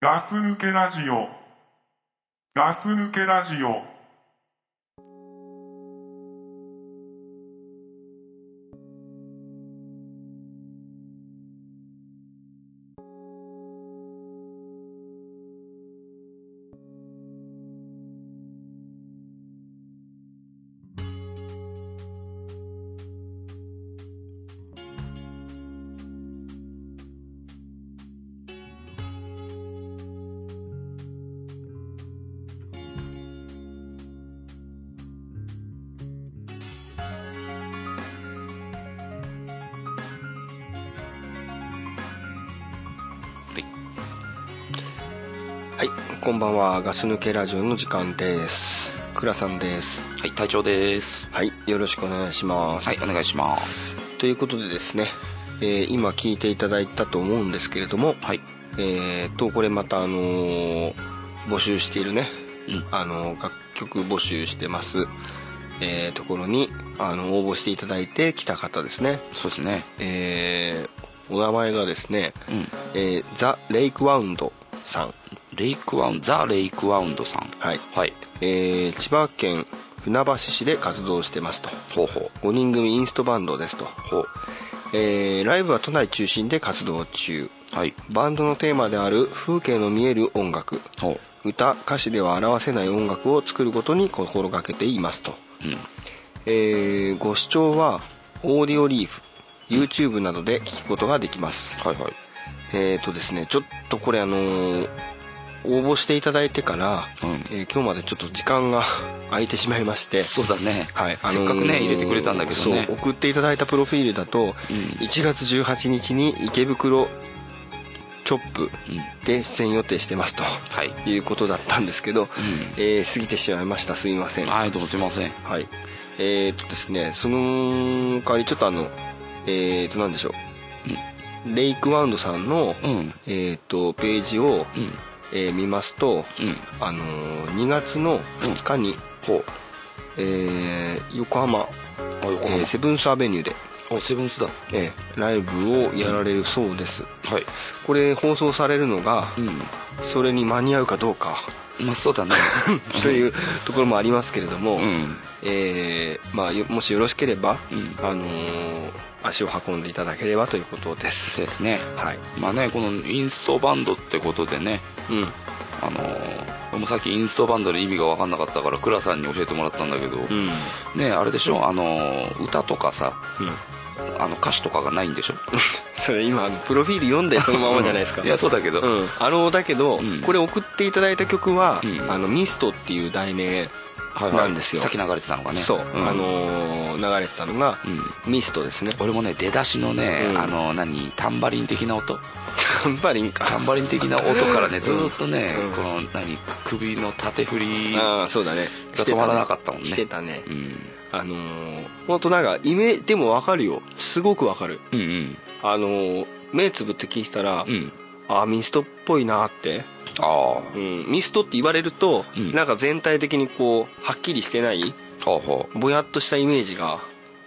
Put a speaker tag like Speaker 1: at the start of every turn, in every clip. Speaker 1: ガス抜けラジオ。ガス抜けラジオ。
Speaker 2: はい、こんばんは。ガス抜けラジオの時間です。倉さんです。
Speaker 3: はい、隊長です。
Speaker 2: はい、よろしくお願いします。
Speaker 3: はい、お願いします。
Speaker 2: ということでですね、えー今聞いていただいたと思うんですけれども、
Speaker 3: はい、
Speaker 2: えーと、これまたあのー募集しているね、
Speaker 3: うん
Speaker 2: あのー楽曲募集してます、えーところに、あの、応募していただいてきた方ですね。
Speaker 3: そうですね。
Speaker 2: えーお名前がですね、
Speaker 3: うん。
Speaker 2: えーザ・レイクワウンドさん。
Speaker 3: レイクワウン、ザ・レイクワウンドさん。
Speaker 2: はい。
Speaker 3: はい。
Speaker 2: えー千葉県船橋市で活動してますと
Speaker 3: ほうほう。
Speaker 2: 5人組インストバンドですと、
Speaker 3: ほう。
Speaker 2: えーライブは都内中心で活動中
Speaker 3: はい。
Speaker 2: バンドのテーマである風景の見える音楽
Speaker 3: ほう。
Speaker 2: 歌歌詞では表せない音楽を作ることに心がけていますと、
Speaker 3: うん。
Speaker 2: えーご視聴はオーディオリーフ YouTube などで聞くことができます
Speaker 3: はいはい。
Speaker 2: えっ、とですねちょっとこれあのー応募していただいてから、
Speaker 3: うん
Speaker 2: えー今日までちょっと時間が 空いてしまいまして
Speaker 3: そうだね。
Speaker 2: はいあのー
Speaker 3: せっかくね、入れてくれたんだけどね
Speaker 2: そう。送っていただいたプロフィールだと、
Speaker 3: うん
Speaker 2: 1月18日に池袋チョップ
Speaker 3: うん。
Speaker 2: で出演予定してますと
Speaker 3: はい。
Speaker 2: いうことだったんですけど、えー過ぎてしまいましたすいませんは
Speaker 3: はい、どうもすいません。
Speaker 2: いえー、っとですねその代わりちょっとあのえー、っとなんでしょう、レイクワウンドさんの、
Speaker 3: うん。
Speaker 2: えー、っとページを、
Speaker 3: うん。
Speaker 2: えー見ますと、
Speaker 3: うん。
Speaker 2: あのー、2月の2日に、
Speaker 3: ほう。
Speaker 2: えー横浜、
Speaker 3: あ、横浜
Speaker 2: えー。セブンスアベニューで
Speaker 3: あ、セブンスだ。
Speaker 2: ええライブをやられるそうです、
Speaker 3: はい。
Speaker 2: これ放送されるのが
Speaker 3: うん。
Speaker 2: それに間に合うかどうか
Speaker 3: まあ、そうだ ね。
Speaker 2: というところもありますけれども、
Speaker 3: うん。
Speaker 2: ええまあ、よもしよろしければ、
Speaker 3: うん
Speaker 2: あのー足を運んでいただければということです
Speaker 3: そうですね。
Speaker 2: はい、
Speaker 3: まあね、このインストバンドってことでね、
Speaker 2: うん、
Speaker 3: あのー、俺もさっきインストバンドの意味が分かんなかったから、倉さんに教えてもらったんだけど、
Speaker 2: うん
Speaker 3: ねあれでしょあの歌とかさ
Speaker 2: うん
Speaker 3: あの歌詞とかがないんでしょ
Speaker 2: それ今あのプロフィール読んでそのままじゃないですか
Speaker 3: いやそうだけど、
Speaker 2: うん、あのだけど、
Speaker 3: うん
Speaker 2: これ送っていただいた曲は「
Speaker 3: うん
Speaker 2: あのミストっていう題名、
Speaker 3: はいはい
Speaker 2: なんですよ
Speaker 3: さっき流れてたのがね
Speaker 2: そう、
Speaker 3: ん
Speaker 2: あのー流れてたのが
Speaker 3: うん
Speaker 2: 「ミストですね
Speaker 3: 俺もね出だしのね、
Speaker 2: うん
Speaker 3: あの何タンバリン的な音
Speaker 2: タンバリンか
Speaker 3: タンバリン的な音からねずーっとね、
Speaker 2: うん
Speaker 3: この何首の縦振り
Speaker 2: ああそうだね
Speaker 3: が止まらなかったもんね
Speaker 2: してたね
Speaker 3: うん
Speaker 2: あのー、ほんとなんかイメでもわかるよすごくわかる
Speaker 3: うんうん
Speaker 2: あのー、目つぶって聞いてたら、
Speaker 3: うん
Speaker 2: ああミストっぽいなーって、
Speaker 3: ああ
Speaker 2: うん、ミストって言われると、
Speaker 3: うん
Speaker 2: なんか全体的にこうはっきりしてない
Speaker 3: ほうほ
Speaker 2: ぼやっとしたイメージが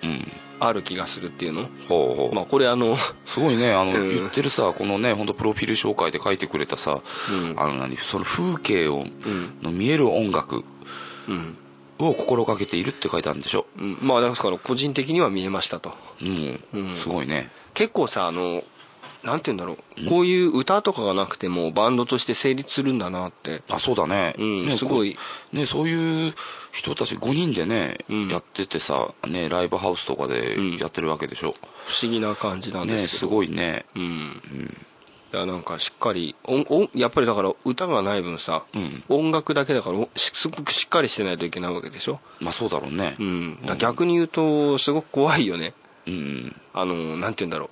Speaker 3: ううん
Speaker 2: ある気がするっていうの
Speaker 3: ほうほう、
Speaker 2: まあこれあの、
Speaker 3: すごいねあの、
Speaker 2: うん
Speaker 3: 言ってるさこのね本当プロフィール紹介で書いてくれたさ
Speaker 2: うん
Speaker 3: あの何その風景を
Speaker 2: うん
Speaker 3: の見える音楽
Speaker 2: うん
Speaker 3: を心がけているって書いてあるんでしょ
Speaker 2: うん、まあだから個人的には見えましたと
Speaker 3: うん、
Speaker 2: うん
Speaker 3: すごいね
Speaker 2: 結構さあのなんて言うんだろうこういう歌とかがなくてもバンドとして成立するんだなって
Speaker 3: あそうだね,、
Speaker 2: うん
Speaker 3: ね
Speaker 2: すごい
Speaker 3: こうねそういう人たち5人でね、
Speaker 2: うん
Speaker 3: やっててさ、ね、ライブハウスとか
Speaker 2: うん
Speaker 3: でやってるわけでしょ、
Speaker 2: 不思議な感じなんですよ、
Speaker 3: ねすごいね
Speaker 2: うん、いやなんかしっかり音音やっぱりだから歌がない分さ、
Speaker 3: うん
Speaker 2: 音楽だけだからおしすごくしっかりしてないといけないわけでしょ、
Speaker 3: まあそうだろうね
Speaker 2: うん、だから逆に言うとすごく怖いよね
Speaker 3: うん
Speaker 2: あのなんて言うんだろ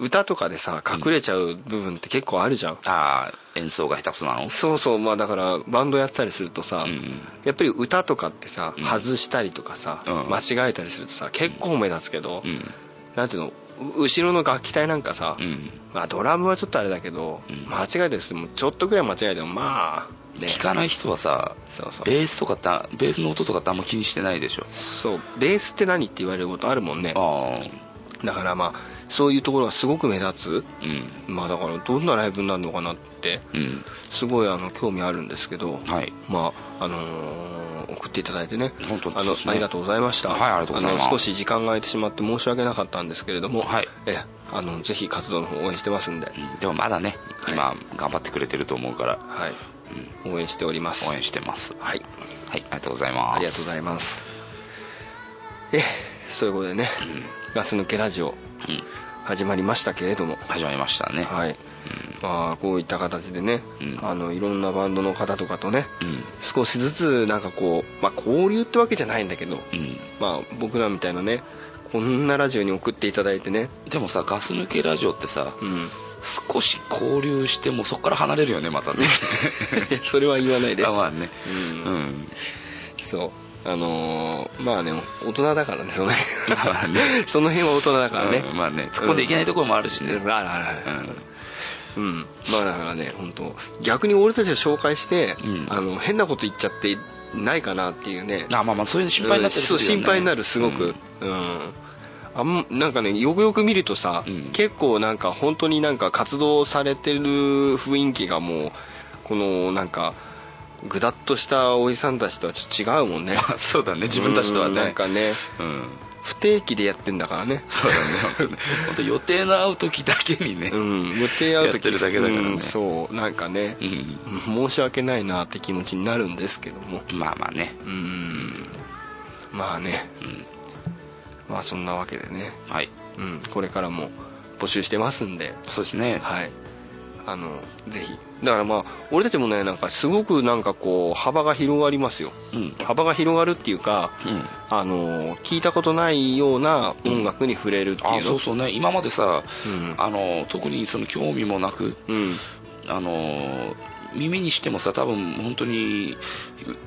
Speaker 2: う歌とかでさ隠れちゃう部分って結構あるじゃん、
Speaker 3: ああ演奏が下手くそなの
Speaker 2: そうそうまあだからバンドやってたりするとさ、
Speaker 3: うん
Speaker 2: やっぱり歌とかってさ
Speaker 3: うん
Speaker 2: 外したりとかさ、
Speaker 3: うん
Speaker 2: 間違えたりするとさ結構目立つけど、
Speaker 3: うん
Speaker 2: なんていうのう後ろの楽器隊なんかさ、
Speaker 3: うん
Speaker 2: まあ、ドラムはちょっとあれだけど、
Speaker 3: うん
Speaker 2: 間違えてもちょっとぐらい間違えてもまあね
Speaker 3: 聞かない人はさ
Speaker 2: そうそう
Speaker 3: ベースとかってあベースの音とかってあんま気にしてないでしょ
Speaker 2: そうベースって何って言われることあるもんね
Speaker 3: ああ
Speaker 2: だからまあそういうところがすごく目立つ
Speaker 3: うん
Speaker 2: まあだからどんなライブになるのかなって
Speaker 3: うん
Speaker 2: すごいあの興味あるんですけど、
Speaker 3: はい
Speaker 2: まああのー送っていただいてね
Speaker 3: 本当
Speaker 2: あ
Speaker 3: そう
Speaker 2: の
Speaker 3: ですね
Speaker 2: ありがとうございました、
Speaker 3: はいありがとうございます
Speaker 2: あの少し時間が空いてしまって申し訳なかったんですけれども、
Speaker 3: はい
Speaker 2: えあのぜひ活動の方応援してますんで、
Speaker 3: うんでもまだね
Speaker 2: はい
Speaker 3: 今頑張ってくれてると思うから
Speaker 2: はい応援しております
Speaker 3: 応援してますはいあ
Speaker 2: はい
Speaker 3: りがとうございます
Speaker 2: ありがとうございますえそういうことでね、ガス抜けラジオ
Speaker 3: うん
Speaker 2: 始まりましたけれども
Speaker 3: 始まりましたね
Speaker 2: はい、まあこういった形でね、
Speaker 3: うん
Speaker 2: あのいろんなバンドの方とかとね、
Speaker 3: うん
Speaker 2: 少しずつなんかこう、まあ、交流ってわけじゃないんだけど、
Speaker 3: うん
Speaker 2: まあ僕らみたいなねこんなラジオに送っていただいてね
Speaker 3: でもさガス抜けラジオってさ
Speaker 2: うん
Speaker 3: 少し交流してもそこから離れるよねまたね
Speaker 2: それは言わ ないで
Speaker 3: あまあね
Speaker 2: う
Speaker 3: うんん
Speaker 2: そうあのーまあね大人だからねその辺
Speaker 3: まあね
Speaker 2: その辺は大人だからね、
Speaker 3: うんまあね突っ込んでいけないところもあるしね
Speaker 2: あるあるある
Speaker 3: うん
Speaker 2: うん、まあだからね本当逆に俺たちが紹介して、
Speaker 3: うん
Speaker 2: あの変なこと言っちゃってないかなっていうね
Speaker 3: あまあまあそういうの心配になったりす
Speaker 2: そう
Speaker 3: るよね
Speaker 2: 心配になるすごくうん、あんなんかねよくよく見るとさ、
Speaker 3: うん
Speaker 2: 結構なんか本当になんか活動されてる雰囲気がもうこのなんかぐだっとしたおじさんたちとはちょっと違うも んね
Speaker 3: あそうだね自分たちとは
Speaker 2: うん
Speaker 3: ね
Speaker 2: なんかね
Speaker 3: うん
Speaker 2: 不定期でやってんだからね
Speaker 3: そうだね本当ね本当予定の合う時だけにね
Speaker 2: うん予定合う時
Speaker 3: やってるだけだからね
Speaker 2: うんそうなんかね、
Speaker 3: うん
Speaker 2: 申し訳ないなって気持ちになるんですけども
Speaker 3: まあまあね
Speaker 2: うーんまあね、まあそんなわけでね、
Speaker 3: はい
Speaker 2: うん、これからも募集してますんで
Speaker 3: そうですね
Speaker 2: はいあのぜひだからまあ俺たちもねなんかすごくなんかこう幅が広がりますよ
Speaker 3: うん
Speaker 2: 幅が広がるっていうか
Speaker 3: うん
Speaker 2: あの聞いたことないような音楽に触れるってい
Speaker 3: あ
Speaker 2: うの
Speaker 3: そうそうね今までさ
Speaker 2: うん
Speaker 3: あの特にその興味もなく
Speaker 2: うん
Speaker 3: あの耳にしてもさ多分本当に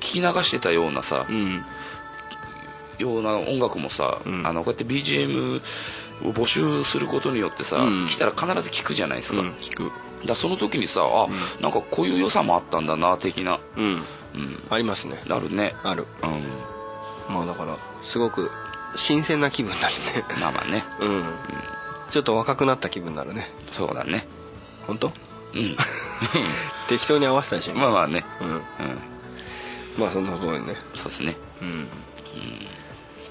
Speaker 3: 聞き流してたようなさ
Speaker 2: うん
Speaker 3: ような音楽もさ、
Speaker 2: うん
Speaker 3: あのこうやって BGM を募集することによってさ、
Speaker 2: うん
Speaker 3: 来たら必ず聞くじゃないです
Speaker 2: う
Speaker 3: か,、
Speaker 2: ん聞く
Speaker 3: だからその時にさあ、なんかこういう良さもあったんだな的な
Speaker 2: うん
Speaker 3: うん
Speaker 2: ありますね
Speaker 3: なるね
Speaker 2: ある
Speaker 3: うん
Speaker 2: まあだからすごく新鮮な気分になるね
Speaker 3: まあまあね
Speaker 2: うんちょっと若くなった気分になるね
Speaker 3: そうだね
Speaker 2: 本当
Speaker 3: うん
Speaker 2: 適当に合わせたでしょ、
Speaker 3: まあまあね
Speaker 2: うん、
Speaker 3: うん
Speaker 2: まあそんなことでね
Speaker 3: そうですね
Speaker 2: うん、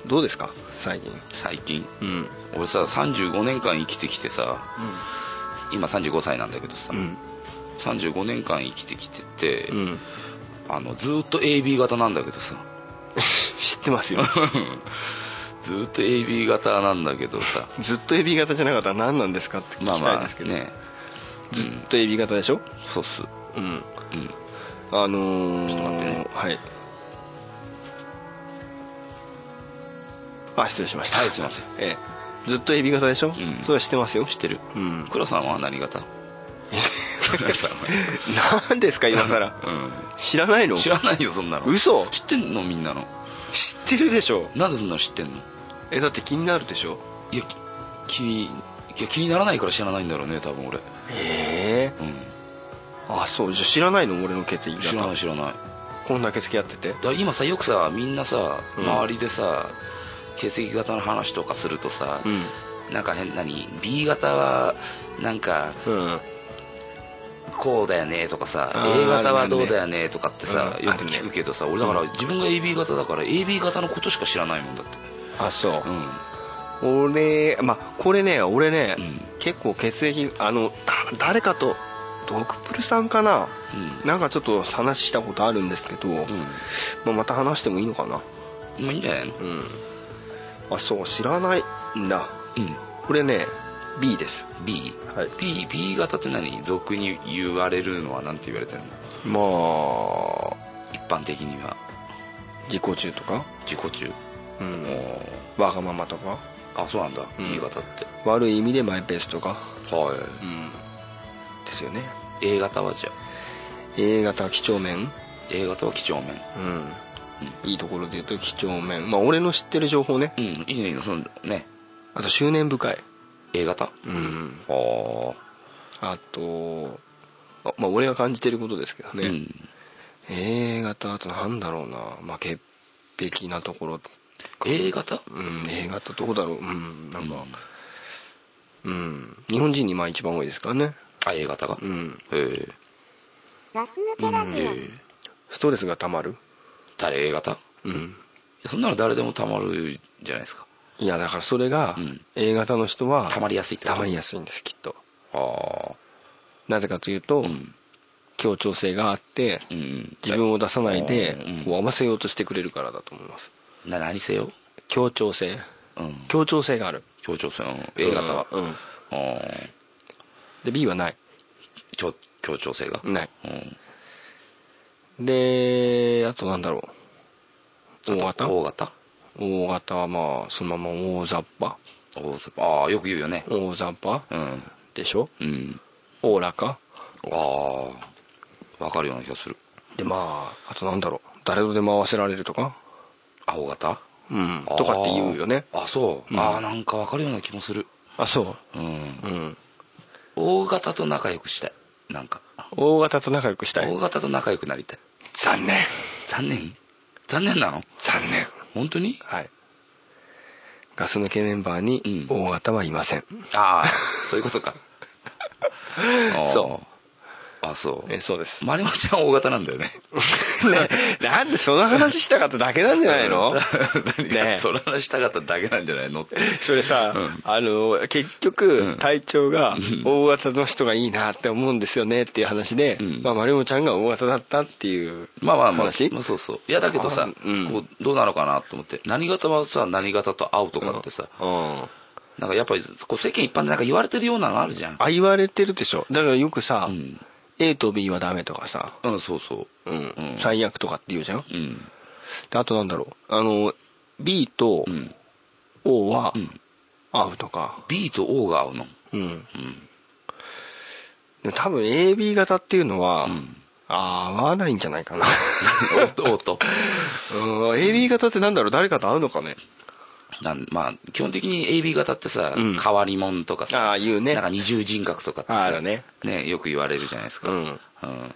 Speaker 2: どうですか最近
Speaker 3: 最近
Speaker 2: うん
Speaker 3: 俺さ35年間生きてきてさ今35歳なんだけどさ、
Speaker 2: うん
Speaker 3: 35年間生きてきてて、
Speaker 2: うん、うん、
Speaker 3: あのずーっと AB 型なんだけどさ
Speaker 2: 知ってますよ
Speaker 3: ずーっと AB 型なんだけどさ
Speaker 2: ずっと AB 型じゃなかったら何なんですかって聞
Speaker 3: まあ
Speaker 2: きたい
Speaker 3: ま
Speaker 2: です
Speaker 3: あ
Speaker 2: けど、
Speaker 3: ね
Speaker 2: ずっと AB 型でしょ
Speaker 3: そうっす
Speaker 2: うん
Speaker 3: うん
Speaker 2: あのー、
Speaker 3: ちょっと待ってね
Speaker 2: はいあ失礼しました
Speaker 3: はいすいません
Speaker 2: ええずっと AB 型でしょ、
Speaker 3: ん
Speaker 2: それは知ってますよ
Speaker 3: 知ってる
Speaker 2: うん
Speaker 3: 倉さんは何型倉さんは
Speaker 2: 何ですか今更 知らない
Speaker 3: うん
Speaker 2: の
Speaker 3: 知らないよそんなの
Speaker 2: 嘘
Speaker 3: 知ってんのみんなの
Speaker 2: 知ってるでしょ
Speaker 3: なんでそんなの知ってんの
Speaker 2: えだって気になるでしょ
Speaker 3: いやき気にいや気にならないから知らないんだろうね多分俺
Speaker 2: ええ
Speaker 3: うん
Speaker 2: あそうじゃあ知らないの俺の血液
Speaker 3: 知らない
Speaker 2: 型
Speaker 3: 知らないだか
Speaker 2: こんだけ付き合ってて
Speaker 3: ら今さよくさみんなさ
Speaker 2: うん
Speaker 3: 周りでさ血液型の話とかするとさ
Speaker 2: うん
Speaker 3: なんか変何 B 型はなんか
Speaker 2: うん
Speaker 3: こうだよねとかさ
Speaker 2: あー
Speaker 3: A 型はどうだよねとかってさ
Speaker 2: うん
Speaker 3: よく聞くけどさ俺だから自分が AB 型だから AB 型のことしか知らないもんだって
Speaker 2: あそう
Speaker 3: う、ん
Speaker 2: 俺まあこれね俺ね、
Speaker 3: うん
Speaker 2: 結構血液あのだ誰かとドクプルさんかななんかちょっと話したことあるんですけど、
Speaker 3: うんうん
Speaker 2: まあ、また話してもいいのかな
Speaker 3: まあいいんじゃないの
Speaker 2: うんあそう知らないんだ
Speaker 3: うん
Speaker 2: これね B です
Speaker 3: B
Speaker 2: はい
Speaker 3: B, B 型って何俗に言われるのは何て言われてるの
Speaker 2: まあ
Speaker 3: 一般的には
Speaker 2: 自己中とか、
Speaker 3: 自己中
Speaker 2: う
Speaker 3: お
Speaker 2: ん、
Speaker 3: ー
Speaker 2: わがままとか
Speaker 3: あそうなんだ、
Speaker 2: うん
Speaker 3: B 型って
Speaker 2: 悪い意味でマイペースとか、
Speaker 3: は
Speaker 2: うん、ですよね
Speaker 3: い A 型はじゃあ
Speaker 2: A 型几帳面
Speaker 3: A 型は几帳面
Speaker 2: うんいいところで言うと几帳面まあ俺の知ってる情報ね
Speaker 3: うんいいのいいのそのね
Speaker 2: あと執念深い
Speaker 3: A 型
Speaker 2: うん
Speaker 3: ああ
Speaker 2: あとあまあ俺が感じてることですけど
Speaker 3: う
Speaker 2: ね、
Speaker 3: ん
Speaker 2: A 型あとなんだろうなまあ潔癖なところ
Speaker 3: A 型
Speaker 2: うん A 型どうだろううんなんか、うん、日本人にまあ一番多いですからね、
Speaker 3: あ A 型が、
Speaker 2: う
Speaker 3: へ
Speaker 2: ん、
Speaker 3: え
Speaker 4: ガス抜けラジオ、
Speaker 3: え
Speaker 2: ストレスがたまる、
Speaker 3: 誰 A 型
Speaker 2: うん、
Speaker 3: そんなの誰でもたまるじゃないですか
Speaker 2: いやだからそれが
Speaker 3: うん
Speaker 2: A 型の人は
Speaker 3: 溜まりやすいってこ
Speaker 2: た
Speaker 3: と
Speaker 2: まりやすいんですきっと
Speaker 3: ああ
Speaker 2: なぜかというと、
Speaker 3: うん
Speaker 2: 協調性があって
Speaker 3: うん
Speaker 2: 自分を出さないで
Speaker 3: うん
Speaker 2: こう合わせようとしてくれるからだと思います
Speaker 3: な何せよ、
Speaker 2: 協調性
Speaker 3: うん、
Speaker 2: 協調性がある
Speaker 3: 協調性、うん、A 型は、
Speaker 2: うんうん
Speaker 3: うん
Speaker 2: で B はない
Speaker 3: 協協調性が、
Speaker 2: ない
Speaker 3: うん、
Speaker 2: であとなんだろう O 型
Speaker 3: O 型
Speaker 2: O 型はまあそのまま大雑把
Speaker 3: O 型ああよく言うよね
Speaker 2: 大雑把
Speaker 3: うん
Speaker 2: でしょ
Speaker 3: うん
Speaker 2: おおらか
Speaker 3: ああわかるような気がする
Speaker 2: でまああとなんだろう誰とでも合わせられるとか
Speaker 3: あ O 型
Speaker 2: うん
Speaker 3: あー
Speaker 2: とかって言うよね
Speaker 3: あそう、
Speaker 2: うん
Speaker 3: ああなんかわかるような気もする
Speaker 2: あそ
Speaker 3: うん
Speaker 2: ううん
Speaker 3: O 型と仲良くしたいなんか
Speaker 2: O 型と仲良くした
Speaker 3: O
Speaker 2: い
Speaker 3: 型と仲良くなりたい
Speaker 2: 残念
Speaker 3: 残念残念なの
Speaker 2: 残念
Speaker 3: 本当に
Speaker 2: はいガス抜けメンバーに
Speaker 3: うん
Speaker 2: O 型はいません、
Speaker 3: ああ そういう ことかあー
Speaker 2: そ
Speaker 3: あそう
Speaker 2: えそう です、
Speaker 3: マリモちゃん O 型なんだよね
Speaker 2: なんでその話したかっただけなんじゃないの
Speaker 3: 何
Speaker 2: ね
Speaker 3: か
Speaker 2: え
Speaker 3: それ話したかっただけなんじゃないのって
Speaker 2: それさ、
Speaker 3: うん
Speaker 2: あの結
Speaker 3: う
Speaker 2: 局
Speaker 3: ん
Speaker 2: 体調が大型の人がいいなって思うんですよねっていう話で、
Speaker 3: うん
Speaker 2: まあ、丸山ちゃんが大型だったっていう
Speaker 3: まあまあまあ、
Speaker 2: 話
Speaker 3: まあそうそういやだけどさ、
Speaker 2: あうん
Speaker 3: こうどうなのかなと思って何型はさ何型と合うとかってさ、
Speaker 2: うん
Speaker 3: なんかやっぱりこう世間一般でなんか言われてるようなのあるじゃん
Speaker 2: あ言われてるでしょだからよくさ、
Speaker 3: うん
Speaker 2: A と B はダメとかさ、
Speaker 3: うんそうそう
Speaker 2: うん
Speaker 3: うん
Speaker 2: 最悪とかって言うじゃん
Speaker 3: うん
Speaker 2: であとなんだろうあの B と
Speaker 3: うん
Speaker 2: O は
Speaker 3: うん
Speaker 2: 合うとか
Speaker 3: B と O が合うの
Speaker 2: うん、
Speaker 3: うん
Speaker 2: でも多分 AB 型っていうのは、
Speaker 3: うん
Speaker 2: 合わないんじゃない かな
Speaker 3: O と O と
Speaker 2: うん AB 型ってなんだろう誰かと合うのかね
Speaker 3: なんまあ基本的に AB 型ってさ、
Speaker 2: うん
Speaker 3: 変わり者とかさ
Speaker 2: ああ言うね
Speaker 3: なんか二重人格とかってさ
Speaker 2: あるね
Speaker 3: よく言われるじゃないですか、
Speaker 2: うん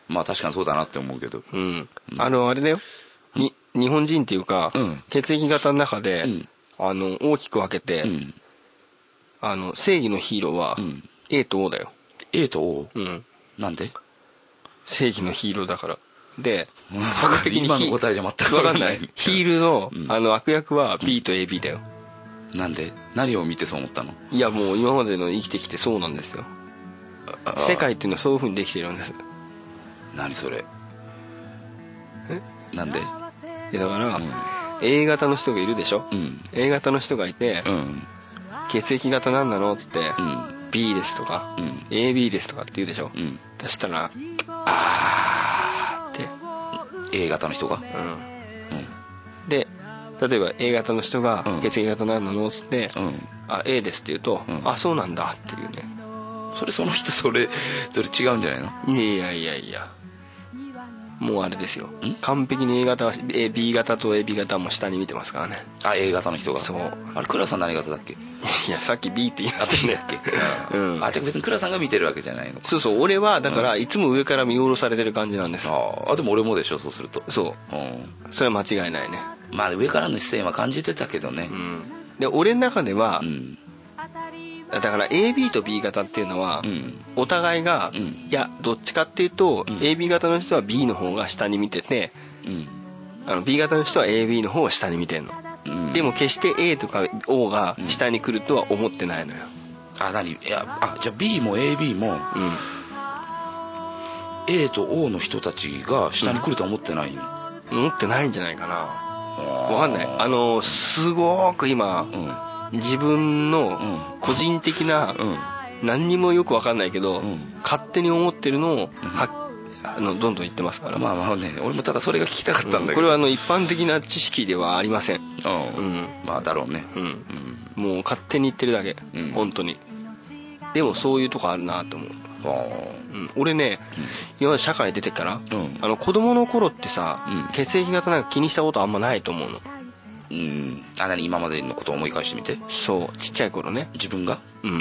Speaker 3: まあ確かにそうだなって思うけど
Speaker 2: うん、あのあれだよに日本人っていうか、
Speaker 3: うん
Speaker 2: 血液型の中で、
Speaker 3: うん
Speaker 2: あの大きく分けて、
Speaker 3: うん
Speaker 2: あの正義のヒーローは
Speaker 3: うん
Speaker 2: A と O だよ、
Speaker 3: A と O
Speaker 2: うん、
Speaker 3: なんで
Speaker 2: 正義のヒーローだからで
Speaker 3: うん今の答えじゃ全く
Speaker 2: わ
Speaker 3: 分か
Speaker 2: かん
Speaker 3: ん
Speaker 2: な
Speaker 3: ないい
Speaker 2: ヒールの,、
Speaker 3: うん
Speaker 2: あの悪役は B と AB だよ、
Speaker 3: なんで何を見てそう思ったの
Speaker 2: いやもう今までの生きてきてそうなんですよ
Speaker 3: あ
Speaker 2: 世界っていうのはそういうふうにできてるんです
Speaker 3: 何それえなんで
Speaker 2: いやだから、
Speaker 3: うん
Speaker 2: A 型の人がいるでしょ、
Speaker 3: うん
Speaker 2: A 型の人がいて、
Speaker 3: うん
Speaker 2: 血液型なんなのっつって、
Speaker 3: ん
Speaker 2: B ですとか、
Speaker 3: うん
Speaker 2: AB ですとかって言うでしょ、
Speaker 3: うん
Speaker 2: 出したらあーって、
Speaker 3: A 型の人が
Speaker 2: う
Speaker 3: うん
Speaker 2: ん、で例えば A 型の人が
Speaker 3: うん
Speaker 2: 血液型何なのっつって、
Speaker 3: うん
Speaker 2: あ A ですって言うと、
Speaker 3: うん
Speaker 2: あそうなんだっていうね
Speaker 3: それその人それそれ違うんじゃないの
Speaker 2: いやいやいやもうあれですよ
Speaker 3: ん
Speaker 2: 完璧に A 型は A B 型と AB 型も下に見てますからね
Speaker 3: あ A 型の人が
Speaker 2: そう
Speaker 3: あれ倉さん何型だっけ
Speaker 2: いやさっき B って言いま
Speaker 3: あ
Speaker 2: した
Speaker 3: 誰
Speaker 2: ね
Speaker 3: だっけ
Speaker 2: うん
Speaker 3: あじゃあ別に倉さんが見てるわけじゃないのか
Speaker 2: そうそう俺はだからいつも上から見下ろされてる感じなんです
Speaker 3: ああでも俺もでしょそうすると
Speaker 2: そう
Speaker 3: うん
Speaker 2: それは間違いないね
Speaker 3: まあ上からの視線は感じてたけどね
Speaker 2: うんで俺の中では
Speaker 3: う、ん
Speaker 2: だから AB と B 型っていうのは、
Speaker 3: うん
Speaker 2: お互いが、
Speaker 3: うん
Speaker 2: いやどっちかっていうと、
Speaker 3: うん
Speaker 2: AB 型の人は B の方が下に見てて
Speaker 3: うん
Speaker 2: あの B 型の人は AB の方を下に見てんの、
Speaker 3: うん
Speaker 2: でも決して A とか O が下に来るとは思ってないのよ、
Speaker 3: あ何いやあじゃあ B も AB も
Speaker 2: うん、
Speaker 3: A と O の人たちが下に来るとは思ってないの、
Speaker 2: 思ってないんじゃないかな
Speaker 3: わ
Speaker 2: わかんないあのすごく今
Speaker 3: う
Speaker 2: 自分
Speaker 3: うん
Speaker 2: の個人的なん
Speaker 3: うん
Speaker 2: 何にもよくわかんないけど、
Speaker 3: うん
Speaker 2: 勝手に思ってるのをはあのどんどん言ってますから、
Speaker 3: まあまあね俺もただそれが聞きたかったんだけど、
Speaker 2: これはあの一般的な知識ではありません
Speaker 3: う、
Speaker 2: うんん
Speaker 3: まあだろうね
Speaker 2: うん
Speaker 3: うん
Speaker 2: もう勝手に言ってるだけ、
Speaker 3: うん
Speaker 2: 本当にでもそういうとこあるなと思う、
Speaker 3: あー
Speaker 2: うん、俺ね、今まで社会出てから、
Speaker 3: うん
Speaker 2: あの子供の頃ってさ、
Speaker 3: うん
Speaker 2: 血液型なんか気にしたことあんまないと思うの
Speaker 3: うんあ何今までのことを思い返してみて
Speaker 2: そうちっちゃい頃ね
Speaker 3: 自分が
Speaker 2: うん
Speaker 3: う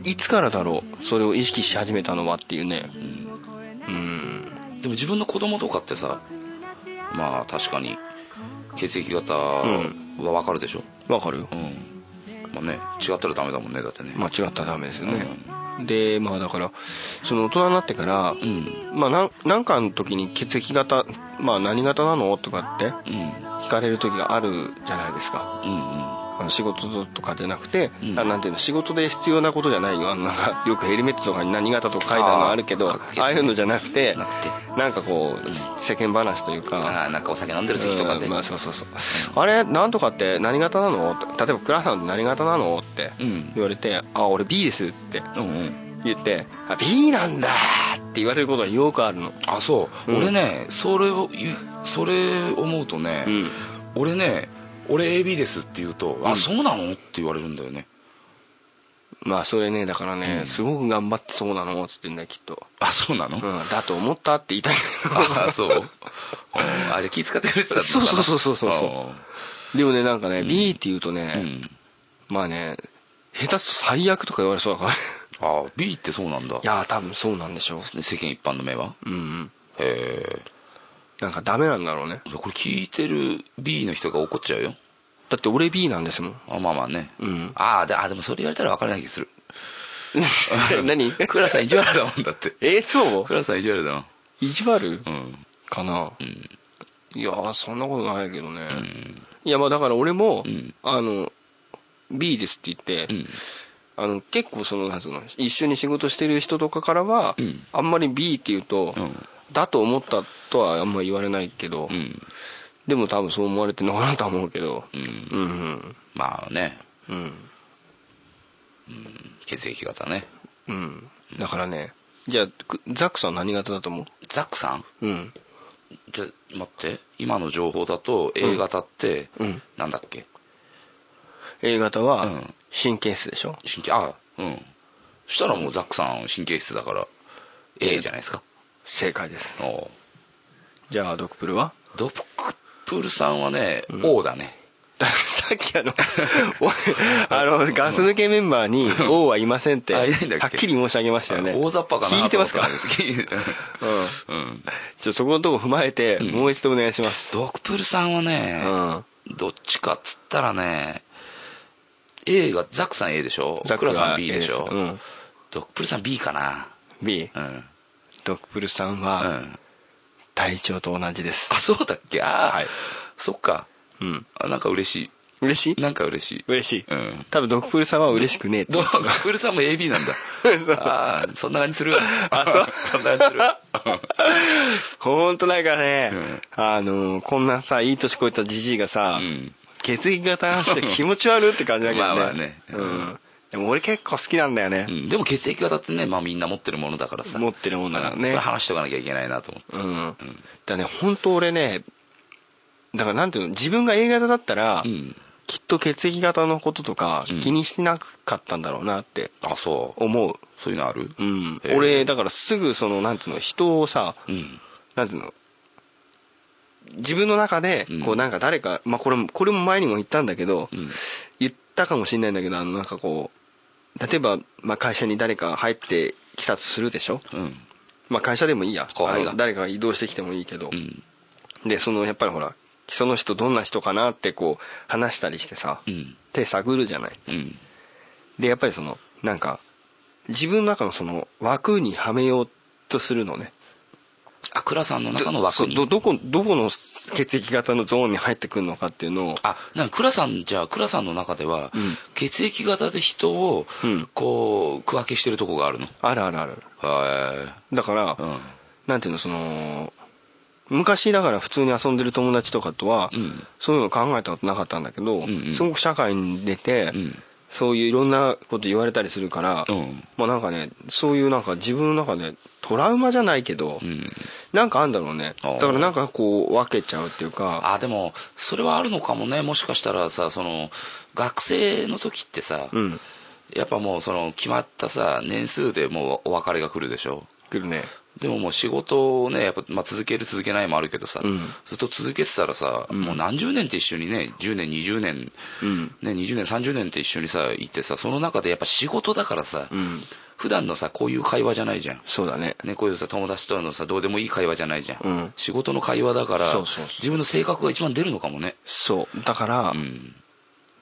Speaker 3: ん
Speaker 2: いつからだろうそれを意識し始めたのはっていうね
Speaker 3: うん
Speaker 2: うん
Speaker 3: でも自分の子供とかってさまあ確かに血液型
Speaker 2: う
Speaker 3: は分かるでしょ、
Speaker 2: わかるよ
Speaker 3: うんまあね違ったらダメだもんねだってね
Speaker 2: まあ違ったらダメですよね、でまあだからその大人になってから、
Speaker 3: うん
Speaker 2: まあなんなんかの時に血液型、まあ、何型なのとかって
Speaker 3: うんうん
Speaker 2: 聞かれる時があるじゃないですか
Speaker 3: うん
Speaker 2: あの仕事とかじゃなくて、
Speaker 3: うん
Speaker 2: あなんていうの仕事で必要なことじゃないよあのなんかよくヘルメットとかに何型とか書いたのあるけど
Speaker 3: あー
Speaker 2: あ
Speaker 3: 書くけどね
Speaker 2: あいうのじゃなくて
Speaker 3: なくて
Speaker 2: なんかこう、
Speaker 3: ん
Speaker 2: 世間話というか
Speaker 3: ああなんかお酒飲んでる時とかで
Speaker 2: うんまあそうそうそうあれなんとかって何型なのって例えば倉さんって何型なのって
Speaker 3: うん
Speaker 2: 言われて「あ俺 B です」って
Speaker 3: うんうん
Speaker 2: 言って「あ B なんだ」って言われることがよくあるの
Speaker 3: あそう、
Speaker 2: うん
Speaker 3: 俺ねそれを言うそれ思うとね、
Speaker 2: うん
Speaker 3: 俺ね俺 AB ですって言うと、
Speaker 2: う
Speaker 3: あ
Speaker 2: ん
Speaker 3: そうなのって言われるんだよね
Speaker 2: まあそれねだからね、
Speaker 3: うん
Speaker 2: すごく頑張ってそうなのっつってんだよきっと、
Speaker 3: あそうなの、
Speaker 2: うん、だと思ったって言い たいけど
Speaker 3: あそう、うんあじゃあ気使ってくれてたのかな
Speaker 2: そうそうそうそうそうそでもねなんかね、B って言うとね、
Speaker 3: うんうん
Speaker 2: まあね下手すると最悪とか言われそう だからね
Speaker 3: あ B ってそうなんだ
Speaker 2: いやー多分そうなんでしょ
Speaker 3: 世間一般の目は
Speaker 2: ううんうん
Speaker 3: へ
Speaker 2: なんかダメなんだろうね
Speaker 3: えこれ聞いてる B の人が怒っちゃうよ
Speaker 2: だって俺 B なんですもん
Speaker 3: あまあまあね、
Speaker 2: うん
Speaker 3: あーであでもそれ言われたら分からない気する
Speaker 2: 何
Speaker 3: 倉 さん意地悪だもんだって
Speaker 2: えーそう
Speaker 3: 倉さん意地悪だもん
Speaker 2: 意地悪
Speaker 3: うん
Speaker 2: かな、
Speaker 3: ん
Speaker 2: いやーそんなことないけどね、
Speaker 3: うん
Speaker 2: いやまあだから俺も、
Speaker 3: うん
Speaker 2: あの B ですって言って、
Speaker 3: うん
Speaker 2: あの結構そのなんつうの一緒に仕事してる人とかからは、
Speaker 3: うん
Speaker 2: あんまり B って言うと、
Speaker 3: うん
Speaker 2: だと思ったとはあんま言われないけど、
Speaker 3: うん
Speaker 2: でも多分そう思われてるのかなとは思うけど
Speaker 3: うん
Speaker 2: うんうん
Speaker 3: まあね
Speaker 2: うん
Speaker 3: 血液型ね
Speaker 2: うんだからねじゃあくザックさん何型だと思
Speaker 3: ザックさん
Speaker 2: ううん
Speaker 3: じゃ待って今の情報だと A 型って、
Speaker 2: うん
Speaker 3: なんだっけ
Speaker 2: A 型
Speaker 3: う
Speaker 2: は
Speaker 3: ん
Speaker 2: 神経質でしょ、
Speaker 3: 神経あうんそしたらもうザックさん神経質だから A じゃないですか
Speaker 2: 正解です
Speaker 3: おう
Speaker 2: じゃあドクプルは
Speaker 3: ドププールさんはね、O だね
Speaker 2: さっきあのおあのガス抜けメンバーに「王はいません」って
Speaker 3: あ
Speaker 2: はい
Speaker 3: ないんだっけ
Speaker 2: っきり申し上げましたよね
Speaker 3: あ大雑把かな
Speaker 2: 聞いてますか
Speaker 3: う
Speaker 2: うん
Speaker 3: ん、 うん、
Speaker 2: じゃあそこのとこ踏まえて、
Speaker 3: ん
Speaker 2: もう一度お願いします
Speaker 3: ドクプールさんは
Speaker 2: う
Speaker 3: ね、
Speaker 2: ん
Speaker 3: どっちかっつったらね A がザックさん A でしょクラさん B でしょ、
Speaker 2: すうん
Speaker 3: ドクプールさん B かな
Speaker 2: B
Speaker 3: うん
Speaker 2: ドクプルさん
Speaker 3: う
Speaker 2: は
Speaker 3: ん
Speaker 2: 隊長と同じで す
Speaker 3: あそうだっけああ、
Speaker 2: はい
Speaker 3: そっか
Speaker 2: うん
Speaker 3: あなんか嬉し
Speaker 2: 嬉しい
Speaker 3: いなんか嬉しい
Speaker 2: 嬉しい
Speaker 3: うん
Speaker 2: 多分ドクプルさんは嬉しくねえって
Speaker 3: どうクールさんも AB なんだああそんな感じするあ そうそんな感じする
Speaker 2: 本当なんかね、
Speaker 3: うん
Speaker 2: あのこんなさいい年こいたじじいがさ、
Speaker 3: うん
Speaker 2: 血液型話して気持ち悪いって感じだけどね
Speaker 3: まあまあね
Speaker 2: う
Speaker 3: うん
Speaker 2: ん、でも俺結構好きなんだよね、
Speaker 3: うんでも血液型ってね、まあ、みんな持ってるものだからさ
Speaker 2: 持ってるものだからね
Speaker 3: うんこれ話しておかなきゃいけないなと思って
Speaker 2: うんだね本当俺ねだからなんていうの自分が A 型だったら、
Speaker 3: うん
Speaker 2: きっと血液型のこととか
Speaker 3: うん
Speaker 2: 気にしてなかったんだろうなって
Speaker 3: あそう
Speaker 2: 思う、
Speaker 3: そういうのある
Speaker 2: うん
Speaker 3: へえ
Speaker 2: 俺だからすぐそのなんていうの人をさ
Speaker 3: うん
Speaker 2: なんていうの自分の中で
Speaker 3: うん
Speaker 2: こうなんか誰か、まあ、これもこれも前にも言ったんだけど、
Speaker 3: うん
Speaker 2: 言ったかもしれないんだけどあのなんかこう例えば、まあ、会社に誰か入ってきたとするでしょ、
Speaker 3: うん
Speaker 2: まあ、会社でもいいや
Speaker 3: 後輩が
Speaker 2: あの誰かが移動してきてもいいけど
Speaker 3: う、ん
Speaker 2: でそのやっぱりほらその人どんな人かなってこう話したりしてさ、
Speaker 3: うん
Speaker 2: 手探るじゃない
Speaker 3: うん
Speaker 2: でやっぱりそのなんか自分の中のその枠にはめようとするのね
Speaker 3: あ倉さんの中の枠
Speaker 2: どそうど
Speaker 3: に
Speaker 2: どこどこの血液型のゾーンに入ってくるのかっていうのを
Speaker 3: あなんか倉さんじゃあ倉さんの中では、
Speaker 2: うん
Speaker 3: 血液型で人を
Speaker 2: うん
Speaker 3: こう区分けしてるとこがあるのへ
Speaker 2: あるあるある
Speaker 3: え
Speaker 2: だから、
Speaker 3: うん
Speaker 2: なんていうのその昔だから普通に遊んでる友達とかとは、
Speaker 3: うん
Speaker 2: そういうの考えたことなかったんだけど、
Speaker 3: んうん
Speaker 2: すごく社会に出て、
Speaker 3: うん
Speaker 2: そういういろんなこと言われたりするから、
Speaker 3: うん
Speaker 2: まあなんかねそういうなんか自分の中でトラウマじゃないけど、
Speaker 3: うん
Speaker 2: なんかあんだろうね
Speaker 3: あー
Speaker 2: だからなんかこう分けちゃうっていうか
Speaker 3: あでもそれはあるのかもねもしかしたらさその学生の時ってさ、
Speaker 2: うん
Speaker 3: やっぱもうその決まったさ年数でもうお別れが来るでしょ
Speaker 2: くるね
Speaker 3: でももう仕事をねやっぱ、まあ、続ける続けないもあるけどさ、
Speaker 2: うん
Speaker 3: ずっと続けてたらさ、
Speaker 2: ん
Speaker 3: もう何十年って一緒にね10年20年、
Speaker 2: うん
Speaker 3: ね、20年30年って一緒にさいてさその中でやっぱ仕事だからさ、
Speaker 2: うん
Speaker 3: 普段のさこういう会話じゃないじゃん
Speaker 2: そうだね
Speaker 3: ね、こういうさ友達とのさどうでもいい会話じゃないじゃん、
Speaker 2: うん
Speaker 3: 仕事の会話だから
Speaker 2: そうそうそう
Speaker 3: 自分の性格が一番出るのかもね
Speaker 2: そうだから
Speaker 3: う、ん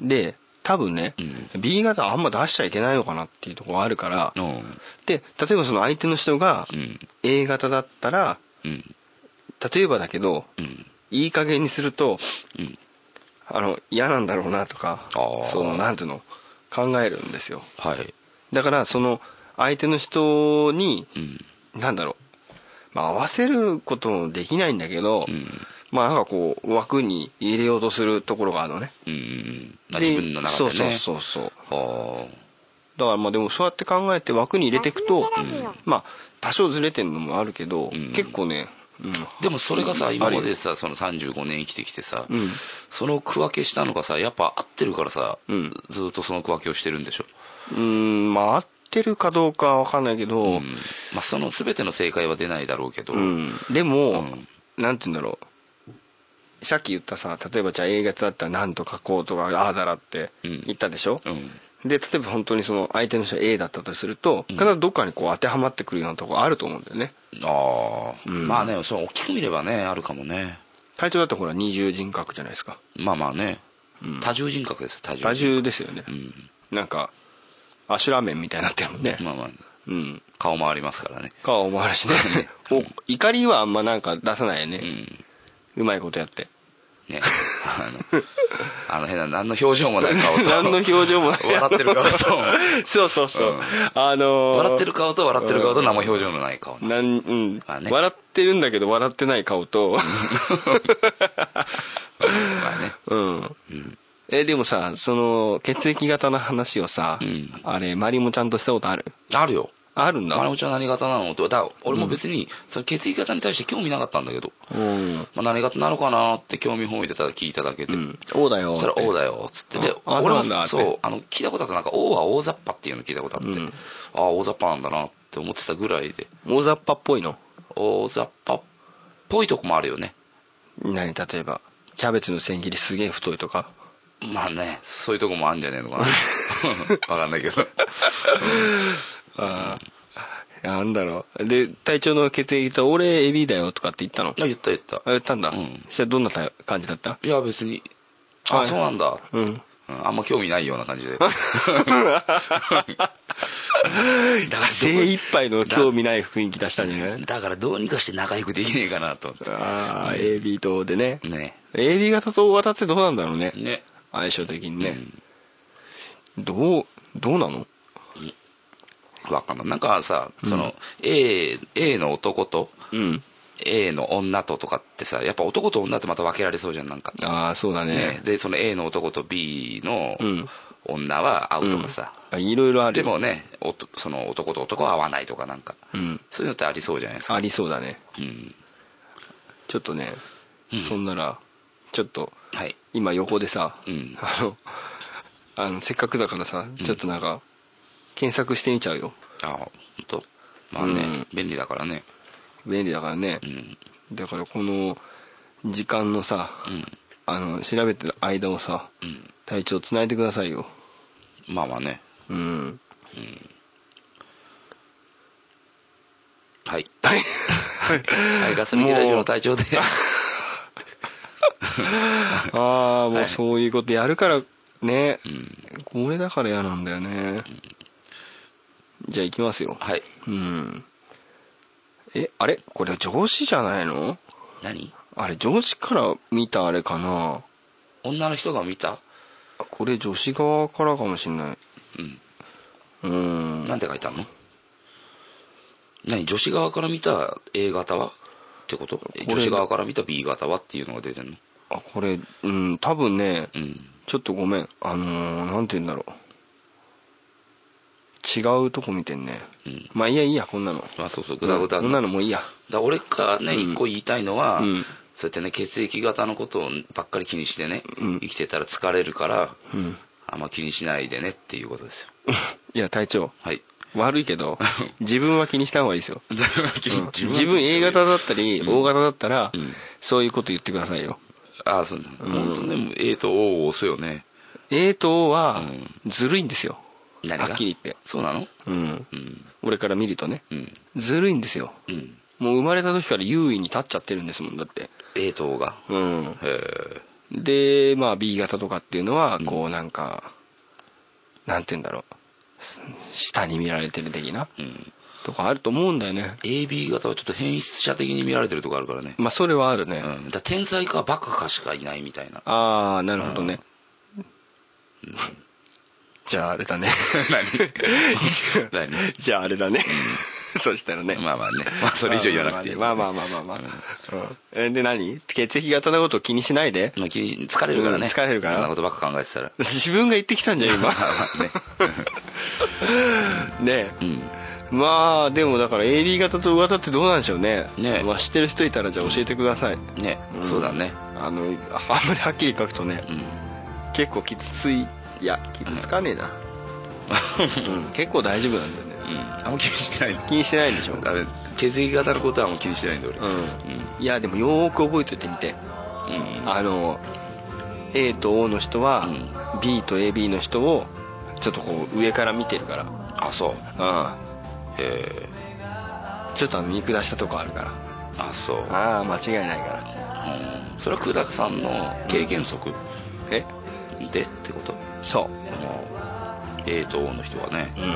Speaker 2: で多分ね、
Speaker 3: うん
Speaker 2: B 型あんま出しちゃいけないのかなっていうところがあるから、
Speaker 3: うん
Speaker 2: で例えばその相手の人が
Speaker 3: うん
Speaker 2: A 型だったら
Speaker 3: うん
Speaker 2: 例えばだけど
Speaker 3: うん
Speaker 2: いい加減にすると
Speaker 3: うん
Speaker 2: あの嫌なんだろうなとか
Speaker 3: あー
Speaker 2: そのなんていうの考えるんですよ
Speaker 3: はい
Speaker 2: だからその相手の人に
Speaker 3: うん
Speaker 2: なんだろう、まあ、合わせることもできないんだけど、
Speaker 3: うん
Speaker 2: まあなんかこう枠に入れようとするところがあるのね
Speaker 3: うんうんまあ
Speaker 2: で
Speaker 3: 自分の中でね
Speaker 2: そうそうそうそう
Speaker 3: あ
Speaker 2: だからまあでもそうやって考えて枠に入れていくと、
Speaker 4: ガス抜けラジオ
Speaker 2: まあ多少ずれてるのもあるけど、
Speaker 3: ん
Speaker 2: 結構ね、うん
Speaker 3: ーでもそれがさ
Speaker 2: うん
Speaker 3: 今までさその35年生きてきてさ、
Speaker 2: うん
Speaker 3: その区分けしたのがさやっぱ合ってるからさ、
Speaker 2: うん
Speaker 3: ずっとその区分けをしてるんでしょ、
Speaker 2: うんまあ合ってるかどうかは分かんないけど、う
Speaker 3: うん
Speaker 2: ん
Speaker 3: まあ、その全ての正解は出ないだろうけど、
Speaker 2: でも、
Speaker 3: うん
Speaker 2: なんて言うんだろうさっき言ったさ例えばじゃあ A 型だったらなんとかこうとかああだらって
Speaker 3: うん
Speaker 2: 言ったでしょ、
Speaker 3: うん
Speaker 2: で例えば本当にその相手の人が A だったとすると
Speaker 3: ん
Speaker 2: 必ずどっかにこう当てはまってくるようなとこあると思うんだよね
Speaker 3: ああ、
Speaker 2: ん
Speaker 3: まあねそう大きく見ればねあるかもね
Speaker 2: 体調だとほら二重人格じゃないですか
Speaker 3: まあまあね、
Speaker 2: うん
Speaker 3: 多重人格です多重
Speaker 2: 多重ですよね、
Speaker 3: うん
Speaker 2: なんかアシュラーメンみたいになってるもんね、
Speaker 3: まあまあ
Speaker 2: うん
Speaker 3: 顔もありますからね
Speaker 2: かは思わ れしねお怒りはあんまなんか出さないよ
Speaker 3: う
Speaker 2: ね、
Speaker 3: ん
Speaker 2: うまいことやって
Speaker 3: ねあのあの変な何の表情もない顔と
Speaker 2: 何の表情もない
Speaker 3: 笑ってる顔と
Speaker 2: そうそうそう、
Speaker 3: うん
Speaker 2: あのー
Speaker 3: 笑ってる顔と笑ってる顔と何も表情のない顔、
Speaker 2: なん、うん
Speaker 3: まあね
Speaker 2: 笑ってるんだけど笑ってない 顔と
Speaker 3: まあね
Speaker 2: うん、えでもさその血液型の話をさ、
Speaker 3: うん
Speaker 2: あれマリもちゃんとしたことある
Speaker 3: あるよ
Speaker 2: あるんだ
Speaker 3: 丸尾ちゃん何型なのってだから俺も別にその血液型に対して興味なかったんだけど、
Speaker 2: うん、
Speaker 3: まあ、何型なのかなって興味本位でただ聞いただけで、
Speaker 2: うん、O だよ
Speaker 3: それは王だよっつってで
Speaker 2: あ
Speaker 3: 俺
Speaker 2: あなんだっ
Speaker 3: も
Speaker 2: て
Speaker 3: そうあの聞いたことあったなんか王は大雑把っていうの聞いたことあって、
Speaker 2: うん
Speaker 3: ああ大雑把なんだなって思ってたぐらいで
Speaker 2: 大雑把っぽいの
Speaker 3: 大雑把っぽいとこもあるよね
Speaker 2: 何例えばキャベツの千切りすげえ太いとか
Speaker 3: まあねそういうとこもあるんじゃねえのかな わかんない けど
Speaker 2: ああなんだろうで隊長の血液と俺エビだよとかって言ったの
Speaker 3: あ言った言った
Speaker 2: あ言ったんだ、
Speaker 3: うん
Speaker 2: そしたらどんなた感じだった
Speaker 3: いや別にあ、
Speaker 2: はい
Speaker 3: そうなんだ、
Speaker 2: う
Speaker 3: うん
Speaker 2: ん
Speaker 3: あんま興味ないような感じ でだから
Speaker 2: 精一杯の興味ない雰囲気出したんじゃない
Speaker 3: だからどうにかして仲良くできねえかなと思っ
Speaker 2: ああ AB とでね
Speaker 3: てね
Speaker 2: AB 型と O 型ってどうなんだろうね
Speaker 3: ね
Speaker 2: 相性的にね、どうどうなの
Speaker 3: わかんないなんかさその、A, A の男と
Speaker 2: うん
Speaker 3: A の女ととかってさやっぱ男と女ってまた分けられそうじゃんなんか、
Speaker 2: ああそうだね
Speaker 3: ね、でその A の男と B の
Speaker 2: うん
Speaker 3: 女は合うとかさ、
Speaker 2: あいろいろある
Speaker 3: で
Speaker 2: よ
Speaker 3: もねおとその男と男は合わないとかなんか、
Speaker 2: うん
Speaker 3: そういうのってありそうじゃないですか
Speaker 2: ありそうだね
Speaker 3: うん
Speaker 2: ちょっとね、
Speaker 3: うん
Speaker 2: そんならちょっと
Speaker 3: はい
Speaker 2: 今横でさ、
Speaker 3: うん
Speaker 2: あの あのせっかくだからさちょっとなんか、検索してみちゃうよ
Speaker 3: あ本当まあね、
Speaker 2: うん
Speaker 3: 便利だからね
Speaker 2: 便利だからね
Speaker 3: う、ん
Speaker 2: だからこの時間のさ、
Speaker 3: うん
Speaker 2: あの調べてる間をさ
Speaker 3: うん
Speaker 2: 体調つないでくださいよ
Speaker 3: まあまあね
Speaker 2: うん
Speaker 3: はいはい はいガス抜きラジオの隊長で
Speaker 2: ああも
Speaker 3: は
Speaker 2: う
Speaker 3: い
Speaker 2: そういうことやるからね、
Speaker 3: うん
Speaker 2: これだから嫌なんだよね、じゃあ行きますよ
Speaker 3: はい
Speaker 2: うんえあれこれ上司じゃないの
Speaker 3: 何
Speaker 2: あれ上司から見たあれかな
Speaker 3: 女の人が見た
Speaker 2: これ女子側からかもしんない
Speaker 3: うん
Speaker 2: うーん
Speaker 3: なんて書いてあるの何女子側から見た A 型はってこと
Speaker 2: れ
Speaker 3: 女子側から見た B 型はっていうのが出てんの
Speaker 2: あこれうん多分ね
Speaker 3: うん
Speaker 2: ちょっとごめんあのー、なんて言うんだろう違うとこ見てんね、
Speaker 3: うん
Speaker 2: まあいいやいいやこんなの
Speaker 3: まあそうそうグダグダ
Speaker 2: こんなのもういいや
Speaker 3: だ俺がね
Speaker 2: うん
Speaker 3: 一個言いたいのは、
Speaker 2: うん
Speaker 3: そうやってね血液型のことをばっかり気にしてね、
Speaker 2: うん
Speaker 3: 生きてたら疲れるから、
Speaker 2: うん
Speaker 3: あんま気にしないでねっていうことですよ
Speaker 2: いや隊長
Speaker 3: はい
Speaker 2: 悪いけど自分は気にした方がいいですようん自分 A 型だったり O 型だったら、
Speaker 3: うん
Speaker 2: そういうこと言ってくださいよ
Speaker 3: ああそうだ、本当ね A と O を押すよね
Speaker 2: A と O は
Speaker 3: うん
Speaker 2: ずるいんですよ、
Speaker 3: 何が
Speaker 2: はっきり言って
Speaker 3: そうなの
Speaker 2: うん
Speaker 3: うん
Speaker 2: 俺から見るとね
Speaker 3: うん
Speaker 2: ずるいんですよ
Speaker 3: うん
Speaker 2: もう生まれた時から優位に立っちゃってるんですもんだって
Speaker 3: A と O が
Speaker 2: うん
Speaker 3: へえ
Speaker 2: でまあ B 型とかっていうのはこうなんかなんて言うんだろう下に見られてる的な
Speaker 3: うん、
Speaker 2: とかあると思うんだよね
Speaker 3: AB 型はちょっと変質者的に見られてるとこあるからね、
Speaker 2: まあそれはあるね、
Speaker 3: うん、だから天才かバカかしかいないみた いな
Speaker 2: ああなるほどね、じゃああれ だね
Speaker 3: だよね
Speaker 2: じゃああれだねそしたらね、
Speaker 3: まあまあね、まあ、それ以上言わなくていい
Speaker 2: まあまあまあまあまあ、うんえで何血液型のことを気にしないで
Speaker 3: まあ気に疲れるからね、
Speaker 2: うん疲れるから
Speaker 3: そんなことばっか考えてたら
Speaker 2: 自分が言ってきたんじゃん今 ね
Speaker 3: う
Speaker 2: え
Speaker 3: ん
Speaker 2: まあでもだから AB 型と O 型ってどうなんでしょうね
Speaker 3: ねえ
Speaker 2: まあ、知ってる人いたらじゃあ教えてください、
Speaker 3: ね、
Speaker 2: うん
Speaker 3: そうだね
Speaker 2: あのああんまりはっきり書くとね、結構きついいやきつかねえな、うん、結構大丈夫なんだよね
Speaker 3: うんあんま気にしてないんだ
Speaker 2: 気にしてないんでしょ
Speaker 3: あれ血液型のことはあんま気にしてないんだ俺
Speaker 2: うん
Speaker 3: うん
Speaker 2: いやでもよーく覚えておいてみて
Speaker 3: うん
Speaker 2: あの A と O の人は、
Speaker 3: うん
Speaker 2: B と AB の人をちょっとこう上から見てるから
Speaker 3: あそう
Speaker 2: う
Speaker 3: ええ
Speaker 2: んちょっとあの見下したとこあるから
Speaker 3: あそう、うん、
Speaker 2: ああ間違いないから
Speaker 3: それは久高さんの経験則
Speaker 2: え
Speaker 3: でってこと
Speaker 2: そう
Speaker 3: もう A と O の人はね
Speaker 2: うん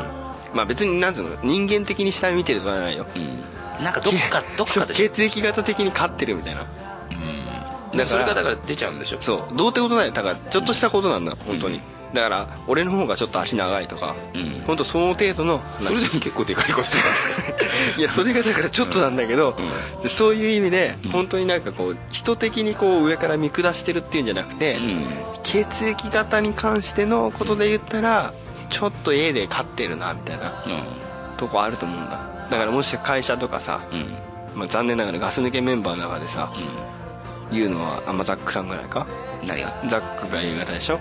Speaker 2: まあ別になんつうの人間的に下見てるとかじゃないよ
Speaker 3: うんなんかどっかどっ
Speaker 2: そ
Speaker 3: か
Speaker 2: う
Speaker 3: で
Speaker 2: 血液型的に勝ってるみたいな
Speaker 3: うん
Speaker 2: だから
Speaker 3: それがだから出ちゃうんでしょ
Speaker 2: そうどうってことないだからちょっとしたことなんだ本当に、だから俺の方がちょっと足長いとか、
Speaker 3: うん
Speaker 2: 本当その程度の
Speaker 3: そ
Speaker 2: 話
Speaker 3: れでも結構でかいことなんです
Speaker 2: いやそれがだからちょっとなんだけど、
Speaker 3: うん
Speaker 2: でそういう意味で
Speaker 3: ん
Speaker 2: 本当になんかこう人的にこう上から見下してるっていうんじゃなくて、
Speaker 3: うん
Speaker 2: 血液型に関してのことで言ったらちょっと A で勝ってるなみたいなとこあると思うんだだからもし会社とかさ、
Speaker 3: うんうん
Speaker 2: まあ、残念ながらガス抜けメンバーの中でさ言うのはあんまザックさんぐらいか
Speaker 3: うん何が
Speaker 2: ザックが A 型でしょ
Speaker 3: う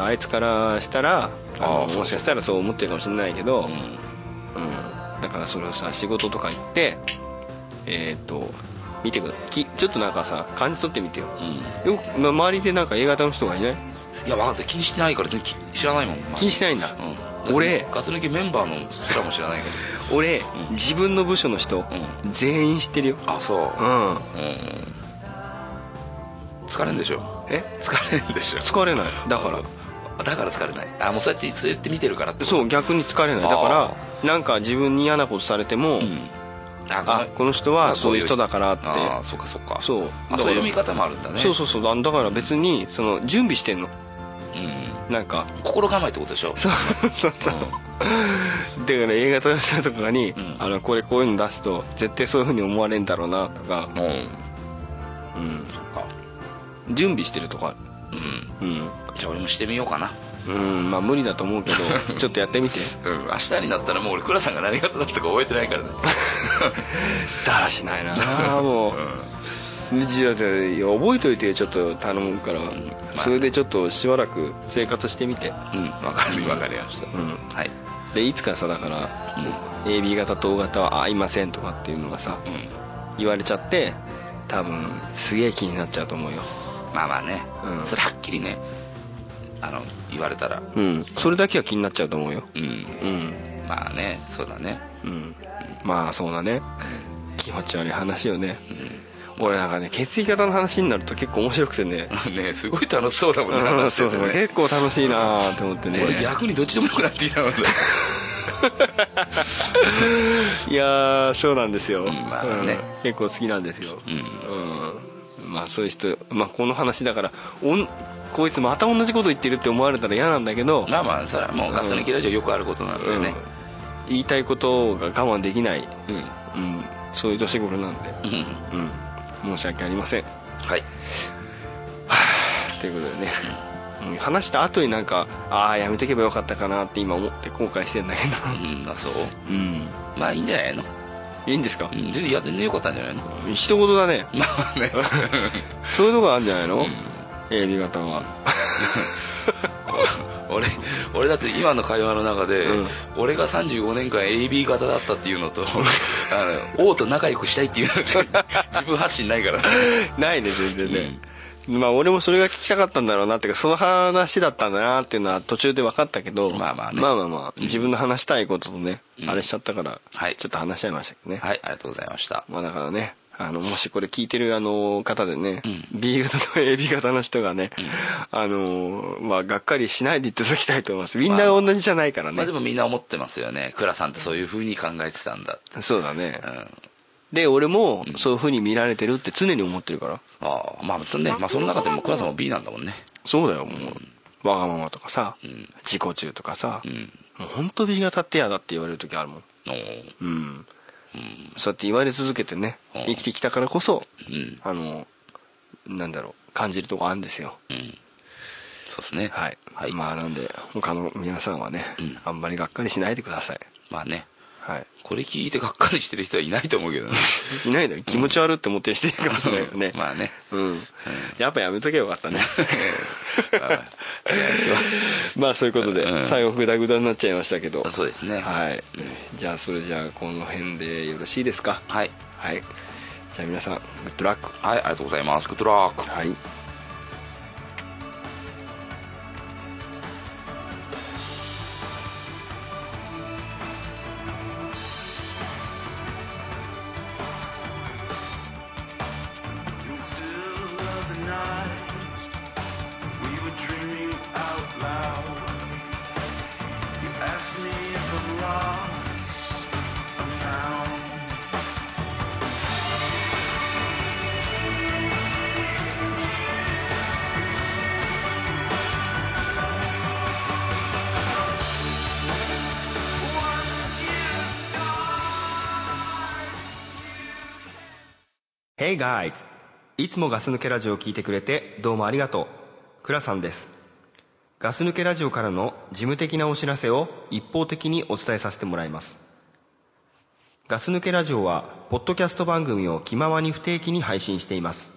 Speaker 2: あいつからしたらあの
Speaker 3: あー
Speaker 2: もしかしたらそう思ってるかもしれないけど、
Speaker 3: ん
Speaker 2: うんだからそれをさ仕事とか行ってえっ、と見てくだきちょっとなんかさ感じ取ってみてよ
Speaker 3: うん
Speaker 2: よくま周りでなんか A 型の人がいない
Speaker 3: いや分かった気にしてないから全然知らないもん
Speaker 2: 気にしてないんだ、
Speaker 3: うん
Speaker 2: 俺
Speaker 3: ガス抜きメンバーのすらも知らないか
Speaker 2: 俺、
Speaker 3: うん
Speaker 2: 自分の部署の人、
Speaker 3: う
Speaker 2: 全員知ってるよ
Speaker 3: らあそう
Speaker 2: うん
Speaker 3: うん疲れんでしょ
Speaker 2: え
Speaker 3: 疲れんでしょ
Speaker 2: 疲れないだから
Speaker 3: あだから疲れないあもうそうやってそうやって見てるからってこと
Speaker 2: そう逆に疲れないだからなんか自分に嫌なことされても、
Speaker 3: うんあ
Speaker 2: あこの人はそういう人だからって
Speaker 3: ああそうかそうか
Speaker 2: そう
Speaker 3: あそういう見方もあるんだね
Speaker 2: そうそうそうあだから別にその準備してんの
Speaker 3: うん
Speaker 2: なんか
Speaker 3: 心構えってことでしょ
Speaker 2: そうそうそう、だから映画撮らせたとかに、
Speaker 3: うん
Speaker 2: あのこれこういうの出すと絶対そういうふうに思われんだろうなとか、
Speaker 3: うんうん
Speaker 2: うん、
Speaker 3: そっか
Speaker 2: 準備してるとか
Speaker 3: うん
Speaker 2: うん、
Speaker 3: じゃあ俺もしてみようかな
Speaker 2: うん、まあ無理だと思うけ どちょっとやってみて
Speaker 3: うん明日になったらもう俺倉さんが何型だったか覚えてないからね
Speaker 2: だらしな いなあもう、じゃあじゃあいや覚えといてよちょっと頼むから、
Speaker 3: あ
Speaker 2: それでちょっとしばらく生活してみて、
Speaker 3: うんわかるわかりました
Speaker 2: うん、
Speaker 3: はい
Speaker 2: でいつかさだから、AB 型と O 型は合いませんとかっていうのがさ、
Speaker 3: うん
Speaker 2: 言われちゃって多分すげえ気になっちゃうと思うよ
Speaker 3: まあまあね
Speaker 2: うん
Speaker 3: それはっきりねあの言われたら
Speaker 2: うんそれだけは気になっちゃうと思うよ
Speaker 3: うん
Speaker 2: うん
Speaker 3: まあねそうだね
Speaker 2: うんまあそうだね気持ち悪い話よね、俺なんかね血液型の話になると結構面白くてね
Speaker 3: ねすごい楽しそうだもんね
Speaker 2: うん
Speaker 3: 話し
Speaker 2: そ
Speaker 3: てて
Speaker 2: うそう
Speaker 3: ね
Speaker 2: 結構楽しいなと思ってね
Speaker 3: 俺逆にどっちでもよくなってきたの で
Speaker 2: いやーそうなんですよ、
Speaker 3: んまあね
Speaker 2: うん結構好きなんですよ
Speaker 3: うん
Speaker 2: うんまあそういう人、まあ、この話だからおんこいつまた同じこと言ってるって思われたら嫌なんだけど、
Speaker 3: まあまあそれはもうガス抜きラジオよくあることなんだよね
Speaker 2: うん言いたいことが我慢できない、
Speaker 3: うん
Speaker 2: うん、そういう年頃なんで、
Speaker 3: うん
Speaker 2: うん、申し訳ありません
Speaker 3: はい
Speaker 2: ということでね、うん話した後になんかああやめとけばよかったかなって今思って後悔してんだけど
Speaker 3: うんあそう
Speaker 2: うん
Speaker 3: まあいいんじゃないの
Speaker 2: いいんですか
Speaker 3: う、ん全然いや全然よかったんじゃないのま
Speaker 2: 一言だね
Speaker 3: あね
Speaker 2: そういうとこあるんじゃないの、
Speaker 3: うん
Speaker 2: AB 型は
Speaker 3: 俺俺だって今の会話の中で、
Speaker 2: うん
Speaker 3: 俺が35年間 AB 型だったっていうのとあの王と仲良くしたいっていう のじゃ自分発信ないから
Speaker 2: ないね全然ね、まあ俺もそれが聞きたかったんだろうなっていうかその話だったんだなっていうのは途中で分かったけど
Speaker 3: まあまあね
Speaker 2: まあまあまあ自分の話したいこととね、
Speaker 3: うん
Speaker 2: あれしちゃったから
Speaker 3: はい
Speaker 2: ちょっと話しちゃいましたけどね、
Speaker 3: はいありがとうございました
Speaker 2: まあだからね、あのもしこれ聞いてるあの方でね、
Speaker 3: う
Speaker 2: B 型と AB 型の人がね、あのまあがっかりしないでいただきたいと思いますみんな同じじゃないからね、
Speaker 3: まあでもみんな思ってますよね倉さんってそういうふうに考えてたんだ
Speaker 2: そうだね
Speaker 3: うんあ
Speaker 2: で俺もそういうふうに見られてるって常に思ってるから
Speaker 3: あまあそ,、ねまあ、その中でも倉さんも B なんだもんね
Speaker 2: そうだよもう、わがままとかさ、
Speaker 3: ん
Speaker 2: 自己中とかさ、
Speaker 3: うん
Speaker 2: もう本当 B 型って嫌だって言われる時あるもん
Speaker 3: おー
Speaker 2: うん、そうやって言われ続けてね
Speaker 3: うん
Speaker 2: 生きてきたからこそ
Speaker 3: うん
Speaker 2: あのなんだろう感じるとこあるんですよ
Speaker 3: うんそうですね
Speaker 2: はい、
Speaker 3: はい
Speaker 2: まあなんで他の皆さんはね、
Speaker 3: うん
Speaker 2: あんまりがっかりしないでください
Speaker 3: まあね
Speaker 2: はい
Speaker 3: これ聞いてがっかりしてる人はいないと思うけどね
Speaker 2: いないのに気持ち悪いって思ってる人いるかもしれないよね、
Speaker 3: まあね
Speaker 2: うん、やっぱやめとけばよかった ね まあそういうことで、
Speaker 3: うん
Speaker 2: 最後グダグダになっちゃいましたけど
Speaker 3: そうですね
Speaker 2: はい、じゃあそれじゃあこの辺でよろしいですか
Speaker 3: はい、
Speaker 2: はいじゃあ皆さんグッドラック
Speaker 3: はい、ありがとうございますグッドラック
Speaker 2: はい
Speaker 5: In the still of the night, we were dreaming out loud. You asked me if I'm lost, I'm found. Once you start.
Speaker 2: Hey guys いつもガス抜けラジオを聞いてくれてどうもありがとう倉さんですガス抜けラジオからの事務的なお知らせを一方的にお伝えさせてもらいますガス抜けラジオはポッドキャスト番組を気ままに不定期に配信しています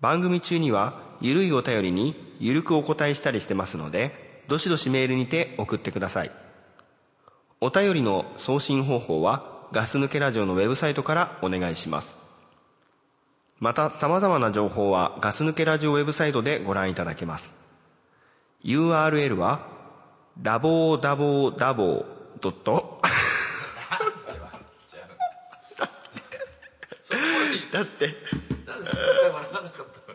Speaker 2: 番組中にはゆるいお便りにゆるくお答えしたりしてますのでどしどしメールにて送ってくださいお便りの送信方法はガス抜けラジオのウェブサイトからお願いしますまた様々な情報はガス抜けラジオウェブサイトでご覧いただけます URL はダボーダボーダボードットだって
Speaker 3: なんでそこで笑わなかった